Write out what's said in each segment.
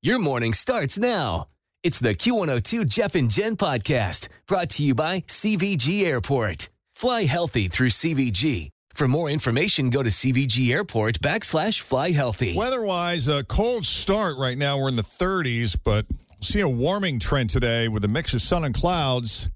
Your morning starts now. It's the Q102 Jeff and Jen podcast brought to you by CVG Airport. Fly healthy through CVG. For more information, go to CVG Airport backslash fly healthy. Weather-wise, a cold start right now. We're in the 30s, but see a warming trend today with a mix of sun and clouds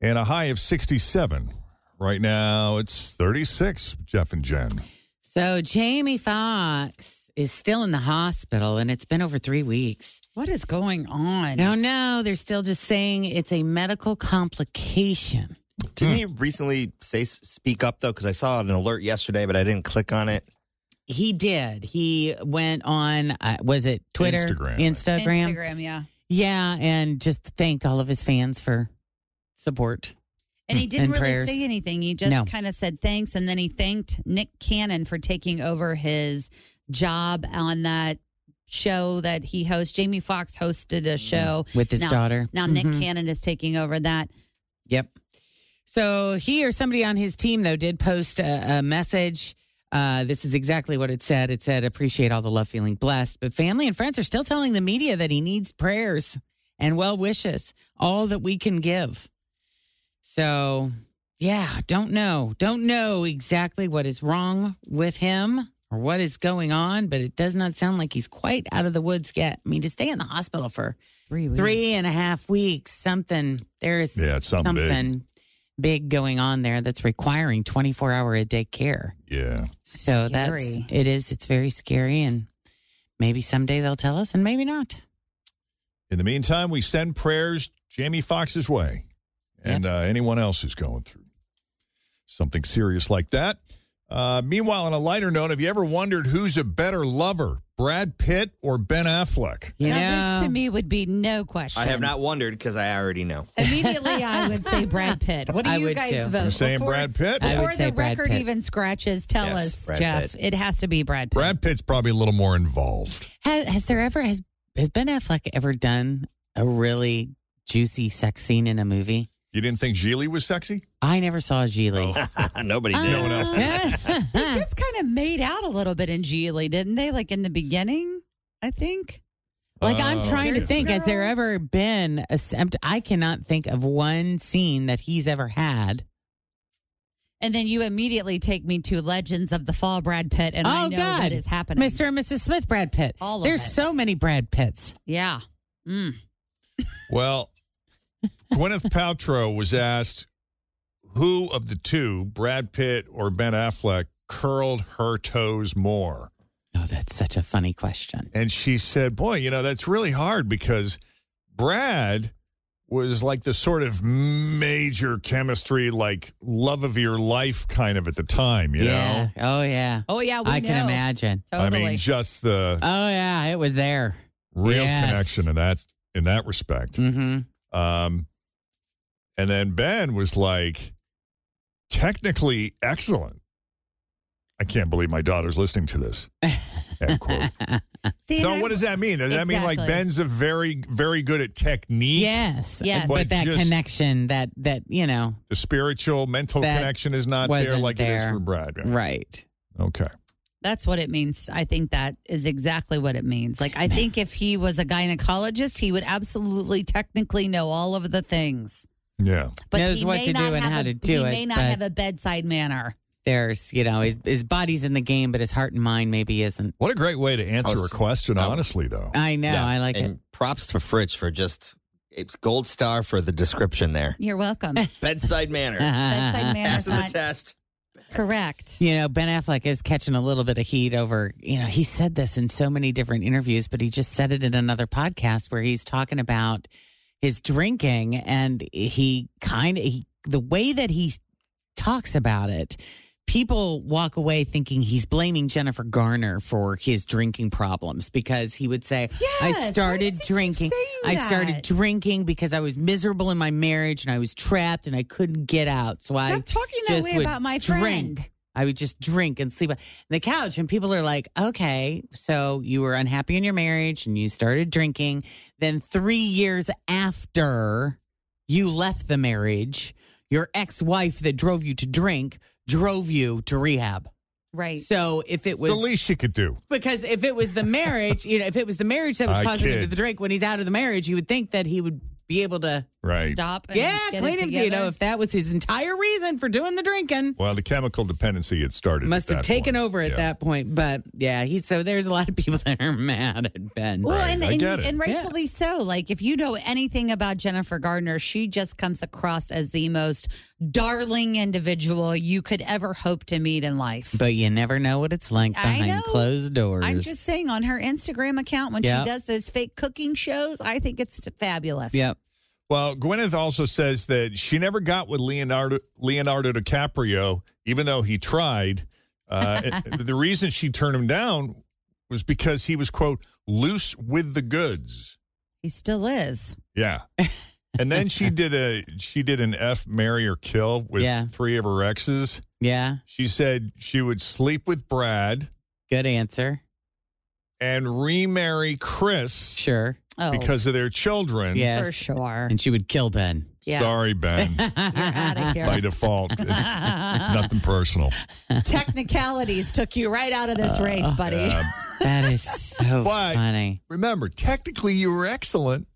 and a high of 67. Right now, it's 36, Jeff and Jen. So Jamie Foxx is still in the hospital and it's been over three weeks. What is going on? No, no, they're still just saying it's a medical complication. Didn't he recently say s- speak up though? Because I saw an alert yesterday, but I didn't click on it. He did. He went on, uh, was it Twitter? Instagram. Instagram. Instagram, yeah. Yeah, and just thanked all of his fans for support. And he didn't Mm, And really prayers. say anything. He just No. kind of said thanks. And then he thanked Nick Cannon for taking over his job on that show that he hosts. Jamie Foxx hosted a show. With his Now- daughter. Now Mhm. Nick Cannon is taking over that. Yep. So he or somebody on his team, though, did post a, a message. Uh, this is exactly what it said. It said, appreciate all the love, feeling blessed. But family and friends are still telling the media that he needs prayers and well wishes, all that we can give. So, yeah, don't know. Don't know exactly what is wrong with him or what is going on, but it does not sound like he's quite out of the woods yet. I mean, to stay in the hospital for Three three and a half weeks, something, there is Yeah, it's something, big. something big going on there that's requiring 24 hour a day care. Yeah. So Scary. that's it is it's very scary and maybe someday they'll tell us and maybe not. In the meantime, we send prayers Jamie Foxx's way and uh, anyone else who's going through something serious like that. Uh, meanwhile, on a lighter note, have you ever wondered who's a better lover, Brad Pitt or Ben Affleck? You Now, know, this to me would be no question. I have not wondered because I already know. Immediately, I would say Brad Pitt. What do I you would guys too. vote? You're saying Before- Brad Pitt? I would Before say the Brad record Pitt. even scratches, tell Yes, us, Brad Jeff, Pitt. it has to be Brad Pitt. Brad Pitt's probably a little more involved. has, has there ever has has Ben Affleck ever done a really juicy sex scene in a movie? You didn't think Gigli was sexy? I never saw Geely. Uh, Nobody did. No one else Oh, did. They just kind of made out a little bit in Geely, didn't they? Like in the beginning, I think. Like I'm Oh. trying to Jersey think, has there Girl. ever been a? s- I'm t- I cannot think of one scene that he's ever had. And then you immediately take me to Legends of the Fall, Brad Pitt, and I know what is happening, Mr. Oh, and Mrs. Smith, Brad Pitt. All of There's it. so many Brad Pitts. Yeah. Mm. Well, Gwyneth Paltrow was asked who of the two, Brad Pitt or Ben Affleck, curled her toes more. Oh, that's such a funny question. And she said, Boy, you know, that's really hard because Brad was like the sort of major chemistry, like love of your life kind of at the time, you yeah. Oh yeah. Oh yeah, we I can know. imagine. know? Totally. I mean, just the Oh yeah, it was there. real yes. connection in that in that respect. Mm-hmm. Um, and then Ben was like, technically excellent. I can't believe my daughter's listening to this. End quote. See, no, and what I- does that mean? Does that mean like Exactly. Ben's a very, very good at technique? yes. Yes. But, But that just- connection, that that you know, The spiritual, mental That connection is not there wasn't like it is there. for Brad. Yeah. right? Okay. That's what it means. I think that is exactly what it means. Like, I think if he was a gynecologist, he would absolutely technically know all of the things. Yeah. But Knows he what may to do not and have how a- to he do it, may not but- have a bedside manner. there's, you know, his, his body's in the game, but his heart and mind maybe isn't. What a great way to answer was- a question, I was- honestly, though. I know. I like and it. props to Fritz for just it's gold star for the description there. You're welcome. Bedside manner. Bedside manner is Passing the not test. correct. You know, Ben Affleck is catching a little bit of heat over, you know, he said this in so many different interviews, but he just said it in another podcast where he's talking about his drinking and he kind of, the way that he talks about it, people walk away thinking he's blaming Jennifer Garner for his drinking problems because he would say, Yes, why I does he started keep drinking. saying I started that? drinking because I was miserable in my marriage and I was trapped and I couldn't get out. So I Stop talking that just way would about my drink. friend. I would just drink and sleep on the couch. And people are like, okay, so you were unhappy in your marriage and you started drinking. Then three years after you left the marriage, your ex wife that drove you to drink drove you to rehab. Right. So if it It's the was least she could do. because if it was the marriage, you know, if it was the marriage that was I causing him kid. to drink when he's out of the marriage, you would think that he would be able to, Right. Stop. And yeah, get clean it him. You know, together. if that was his entire reason for doing the drinking. Well, the chemical dependency had started. Must at have that taken point. over at Yeah. that point, but yeah, he's so there's a lot of people that are mad at Ben. Well, Right, and, I and, get it. and rightfully so. Like, if you know anything about Jennifer Gardner, she just comes across as the most darling individual you could ever hope to meet in life. But you never know what it's like I know. behind closed doors. I'm just saying, on her Instagram account, when Yeah. she does those fake cooking shows, I think it's fabulous. yep. Well, Gwyneth also says that she never got with Leonardo Leonardo DiCaprio, even though he tried. Uh, it- the reason she turned him down was because he was quote loose with the goods. He still is. Yeah. And then she did a she did an F marry or kill with Yeah. three of her exes. Yeah. She said she would sleep with Brad Good answer. and remarry Chris Sure. Oh, because of their children. Yes. for sure. And she would kill Ben. Yeah. Sorry, Ben. You're out of By here. default, it's nothing personal. Technicalities took you right out of this race, buddy. Yeah. That is so But- funny. Remember, technically you were excellent.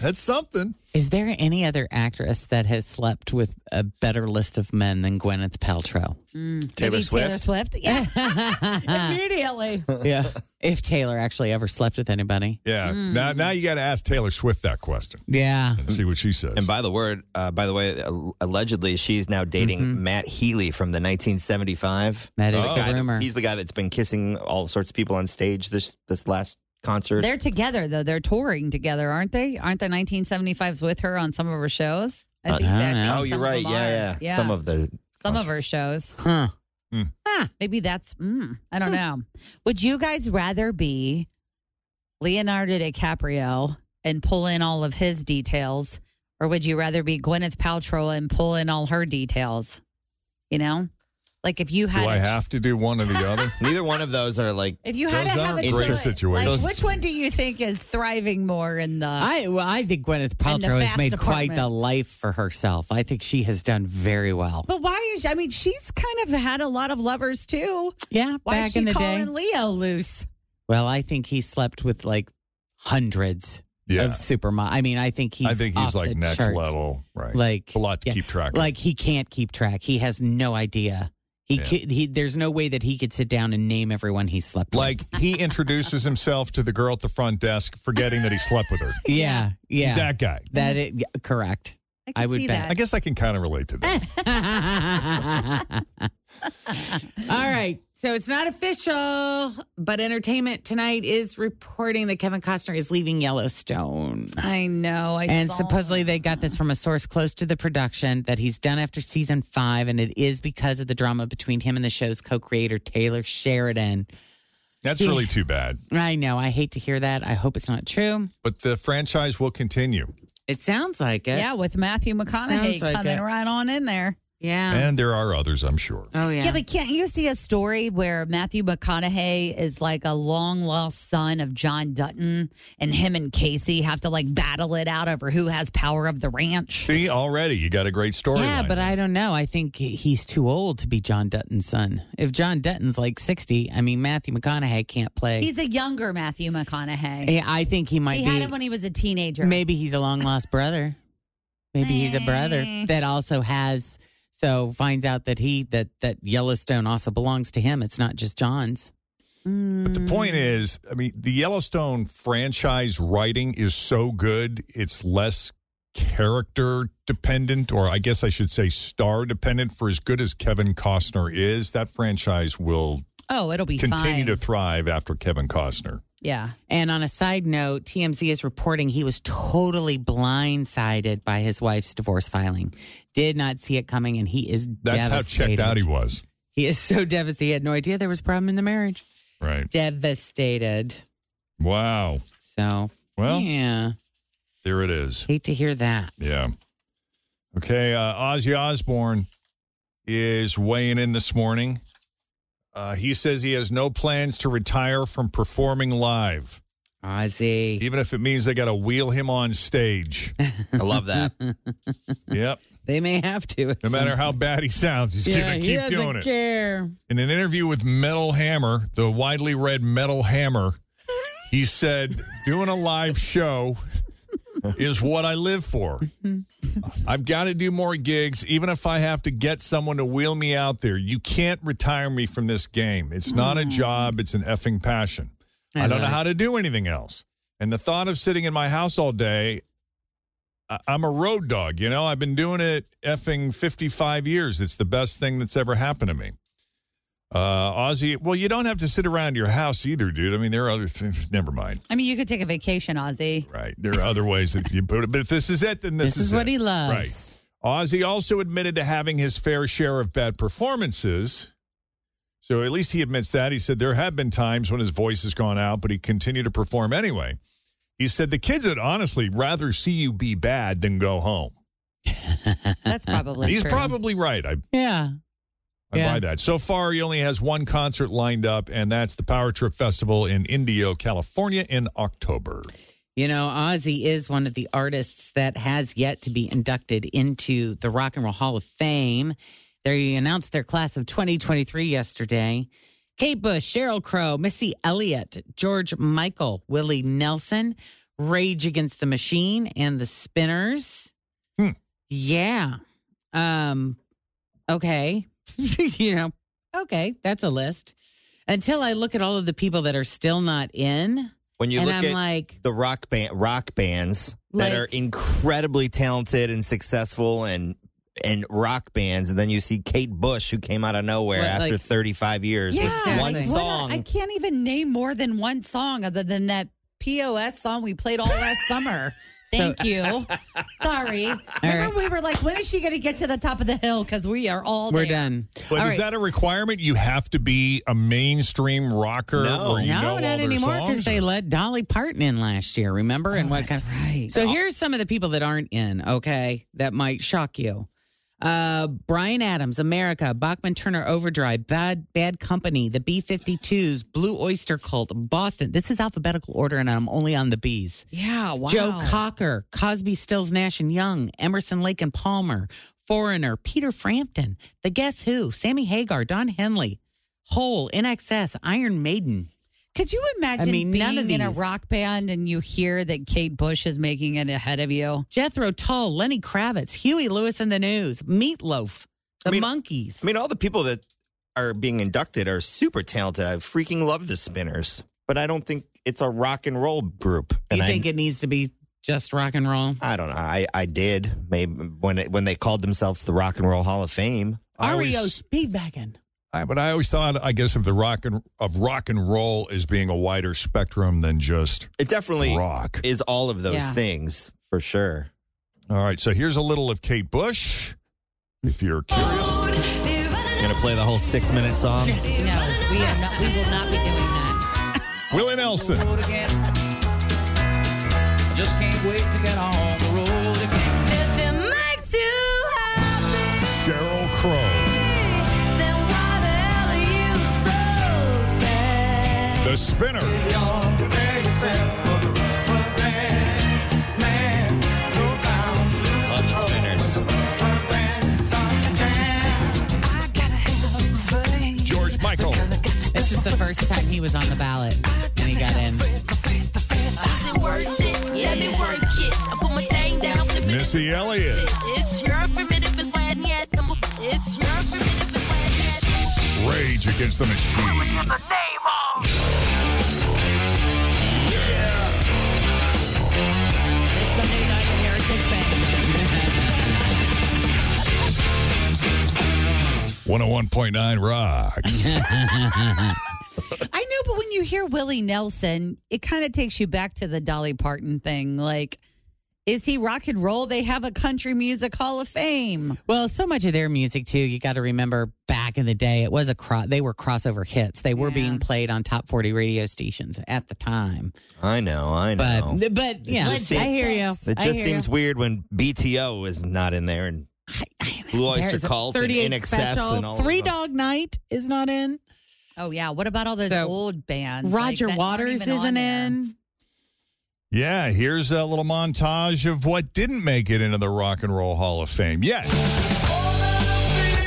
That's something. Is there any other actress that has slept with a better list of men than Gwyneth Paltrow? Taylor Maybe Taylor Swift? Swift. Yeah. Immediately. yeah. If Taylor actually ever slept with anybody. Yeah. Now, now you got to ask Taylor Swift that question Yeah. and see what she says. And by the word, uh, by the way, al- allegedly she's now dating Matt Healy from the 1975. That is The Oh, the guy that- Oh, rumor. he's the guy that's been kissing all sorts of people on stage this this last concert. They're together though. They're touring together, aren't they? Aren't the 1975s with her on some of her shows? I Uh, I don't that- know. oh, some you're of right. them Yeah, are. yeah, Some of the some of her shows. Huh. Maybe that's. Mm, I don't know. Would you guys rather be Leonardo DiCaprio and pull in all of his details, or would you rather be Gwyneth Paltrow and pull in all her details? You know, like if you do had. I a ch- have to do one or the other? neither one of those are like If you had Those to have a aren't great choice, situations. Like, which one do you think is thriving more in the? I well, I think Gwyneth And the Paltrow has fast made quite the department. life for herself. I think she has done very well. But why is? I mean, she's kind of had a lot of lovers too. Yeah, Why back is she in the day. calling Leo loose? well, I think he slept with like hundreds Yeah. of supermodels. I mean, I think he's I think off he's like the next charts. level. Right. Like a lot to yeah. keep track of. Like he can't keep track. He has no idea. He, Yeah. ca- he there's no way that he could sit down and name everyone he slept like he introduces himself to the girl at the front desk, forgetting that he slept with her. with. Yeah, yeah. He's that guy. That it, yeah, correct. can I would see bet. that. I guess I can kind of relate to Eh. that. All right. So it's not official, but entertainment tonight is reporting that Kevin Costner is leaving Yellowstone. I know. I And saw supposedly they got this from a source close to the production that he's done after season five, and it is because of the drama between him and the show's co-creator Taylor Sheridan. That's Yeah. really too bad. I know, I hate to hear that. I hope it's not true. But the franchise will continue. It sounds like it. Yeah, with Matthew McConaughey Sounds like coming it. right on in there. Yeah. And there are others, I'm sure. oh yeah. Yeah. but can't you see a story where Matthew McConaughey is like a long lost son of John Dutton, and him and Casey have to like battle it out over who has power of the ranch? See, already you got a great story. Yeah, but I don't know. I think he's too old to be John Dutton's son. If John Dutton's like 60, I mean, Matthew McConaughey can't play. He's a younger Matthew McConaughey. Yeah, I think he might He be. had him when he was a teenager. maybe he's a long lost brother. Maybe he's a brother Eh. that also has So finds out that he that that Yellowstone also belongs to him. It's not just John's. But the point is, I mean, the Yellowstone franchise writing is so good, it's less character dependent, or I guess I should say star dependent. For as good as Kevin Costner is, that franchise will Oh, it'll be continue fine. to thrive after Kevin Costner. yeah. And on a side note, TMZ is reporting he was totally blindsided by his wife's divorce filing. Did not see it coming, and he is That's how checked devastated. out he was. He is so devastated. He had no idea there was a problem in the marriage. Right. Devastated. Wow. So, Well, yeah, there it is. hate to hear that. Yeah. Okay. Uh, Ozzy Osbourne is weighing in this morning. Uh, he says he has no plans to retire from performing live, Ozzy. even if it means they got to wheel him on stage. I love that. yep. They may have to. No matter how bad he sounds, he's yeah, going to he keep doesn't doing it. care. In an interview with Metal Hammer, the widely read Metal Hammer, he said, Doing a live show is what I live for. I've got to do more gigs, even if I have to get someone to wheel me out there. You can't retire me from this game. It's not a job, it's an effing passion. I, don't know how to do anything else. And the thought of sitting in my house all day, I- I'm a road dog. You know, I've been doing it effing 55 years. It's the best thing that's ever happened to me. Uh, Ozzy, well, you don't have to sit around your house either, dude. I mean, there are other things. Never mind. I mean, you could take a vacation, Ozzy. Right. There are other ways that you put it. But if this is it, then this, This, is, what it. he loves. Right. Ozzy also admitted to having his fair share of bad performances. So at least he admits that. He said there have been times when his voice has gone out, but he continued to perform anyway. He said the kids would honestly rather see you be bad than go home. That's probably He's true. probably right. I, Yeah. I Yeah. buy that. So far, he only has one concert lined up, and that's the Power Trip Festival in Indio, California in October. You know, Ozzy is one of the artists that has yet to be inducted into the Rock and Roll Hall of Fame. They announced their class of 2023 yesterday. Kate Bush, Cheryl Crow, Missy Elliott, George Michael, Willie Nelson, Rage Against the Machine, and the Spinners. Hmm. Yeah. Um, okay. you know, okay, that's a list. Until I look at all of the people that are still not in, When you and look I'm at like, the rock band rock bands Like- that are incredibly talented and successful and and rock bands and then you see Kate Bush who came out of nowhere What, after like- 35 years with Exactly. one Why We're not- song. I can't even name more than one song other than that POS song we played all last summer. Thank you. Sorry. Remember we were like, when is she going to get to the top of the hill? Because we are all we're there. done. But All is right. that a requirement? You have to be a mainstream rocker No. or you no, know all not their anymore songs? because they let Dolly Parton in last year. Remember? and what kind? Oh, Right. So here's some of the people that aren't in. Okay, that might shock you. Uh, Brian Adams, America, Bachman Turner Overdrive, Bad Bad Company, the B52s, Blue Oyster Cult, Boston. This is alphabetical order, and I'm only on the B's. yeah. Wow. Joe Cocker, Cosby, Stills, Nash and Young, Emerson, Lake and Palmer, Foreigner, Peter Frampton, The Guess Who, Sammy Hagar, Don Henley, Hole, NXS, Iron Maiden. Could you imagine I mean, being none of in a these- rock band and you hear that Kate Bush is making it ahead of you? Jethro Tull, Lenny Kravitz, Huey Lewis and the News, Meatloaf, The I mean- Monkeys. I mean all the people that are being inducted are super talented. I freaking love the Spinners, but I don't think it's a rock and roll group. And you I, think it needs to be just rock and roll? I don't know. I, I did maybe when it, when they called themselves the Rock and Roll Hall of Fame. I always- REO Speedwagon. I, but I always thought, I guess, of the rock and of rock and roll as being a wider spectrum than just It definitely rock. is all of those Yeah. things for sure. All right, so here's a little of Kate Bush, if you're curious. You're gonna play the whole six minute song. No, we are not. We will not be doing that. Willie Nelson. Just can't wait to get on the road again. Cheryl Crow. The Spinner. Love the spinners. George Michael. This is the first time he was on the ballot and he got in. Is it worth it? Let me work it. I put my thing down, flip it. Missy Elliott. It's your primitive, it's why I need to move. It's your primitive and wet. Rage Against the Machine. It's the new night at Heritage Bank. 101.9 Rocks. I know, but when you hear Willie Nelson, it kind of takes you back to the Dolly Parton thing. Like, is he rock and roll? They have a country music hall of fame. Well, so much of their music too. You got to remember back in the day, it was a cro- they were crossover hits. They were Yeah. being played on top forty radio stations at the time. I know, I know. But but yeah, just I hear you. it I just hear seems you. weird. weird when BTO is not in there and Blue Oyster Cult and In Excess and all of Three them. Dog Night is not in. Oh yeah, what about all those So, old bands? Like, Roger that aren't Waters even isn't on there. in. yeah, here's a little montage of what didn't make it into the Rock and Roll Hall of Fame yet.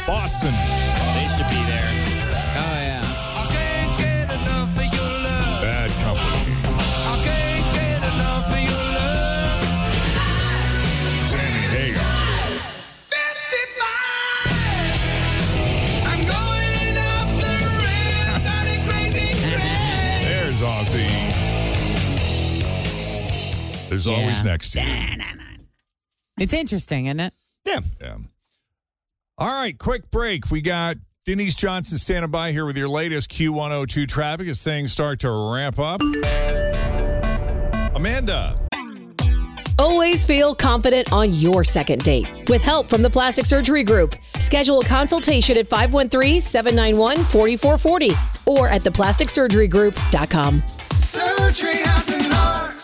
Boston. They should be there. Oh yeah, I can't get enough of your love. Bad Company. I can't get enough of your love. Sammy Hagar. 55! I'm going off the rails on a crazy train. There's Ozzy. There's always Yeah. next year. it's interesting, isn't it? Yeah. Yeah. All right, quick break. We got Denise Johnson standing by here with your latest Q102 traffic as things start to ramp up. Amanda. Always feel confident on your second date. With help from the Plastic Surgery Group, schedule a consultation at 513 791 4440 or at theplasticsurgerygroup.com. Surgery has an art.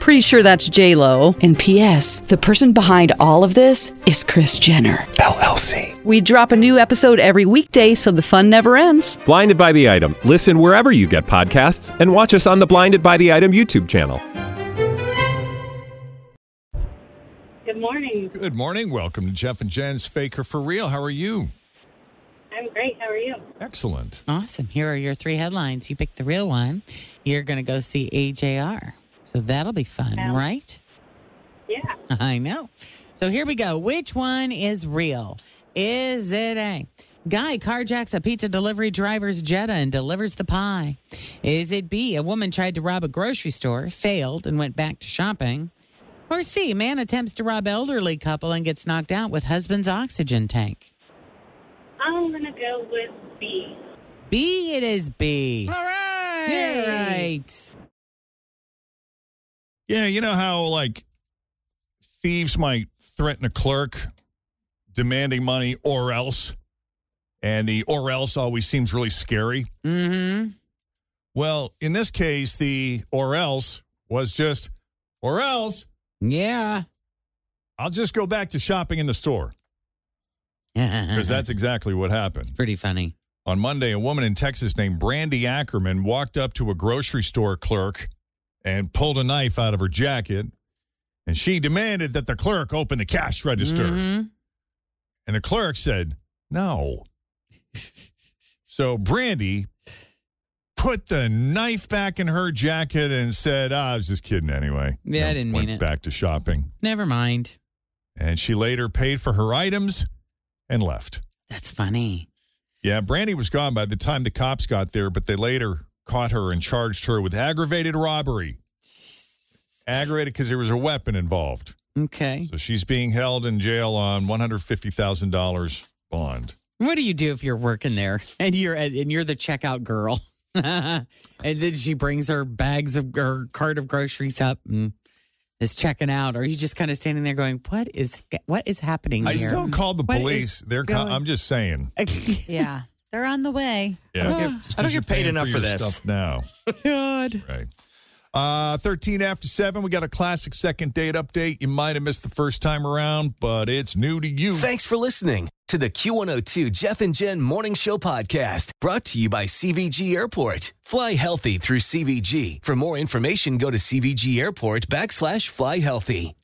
Pretty sure that's J Lo. And P.S. The person behind all of this is Chris Jenner. LLC. We drop a new episode every weekday, so the fun never ends. Blinded by the item. Listen wherever you get podcasts, and watch us on the Blinded by the Item YouTube channel. Good morning. Good morning. Welcome to Jeff and Jen's Faker for Real. How are you? I'm great. How are you? Excellent. Awesome. Here are your three headlines. You picked the real one. You're going to go see AJR. So that'll be fun, Yeah. right? Yeah. I know. So here we go. Which one is real? Is it A? Guy carjacks a pizza delivery driver's Jetta and delivers the pie. Is it B? A woman tried to rob a grocery store, failed, and went back to shopping. Or C? Man attempts to rob elderly couple and gets knocked out with husband's oxygen tank. I'm going to go with B. B, it is B. All right. right. Yeah, you know how like thieves might threaten a clerk demanding money or else. And the or else always seems really scary. Mm-hmm. Well, in this case, the or else was just or else Yeah. I'll just go back to shopping in the store because Because that's exactly what happened. pretty funny. On Monday, a woman in Texas named Brandy Ackerman walked up to a grocery store clerk and pulled a knife out of her jacket. And she demanded that the clerk open the cash register. Mhm. And the clerk said, no. so Brandy put the knife back in her jacket and said, ah, I was just kidding anyway. Yeah, I And didn't went mean it. Back to shopping. Never mind. And she later paid for her items and left. That's funny. Yeah, Brandy was gone by the time the cops got there, but they later caught her and charged her with aggravated robbery. Aggravated because there was a weapon involved. Okay. So she's being held in jail on $150,000 bond. What do you do if you're working there and you're and you're the checkout girl? and then she brings her bags of her cart of groceries up and is checking out. Or are you just kind of standing there going, "What is what is happening I here?" still call the What is police. They're co- going- I'm just saying. Yeah, they're on the way. Yeah. don't Just get- I don't 'cause get you're paid paying enough your for this. Stuff now. God. Right. Uh, 13 after 7, we got a classic second date update. You might have missed the first time around, but it's new to you. Thanks for listening to the Q102 Jeff and Jen Morning Show podcast brought to you by CVG Airport. Fly healthy through CVG. For more information, go to CVG Airport backslash fly healthy.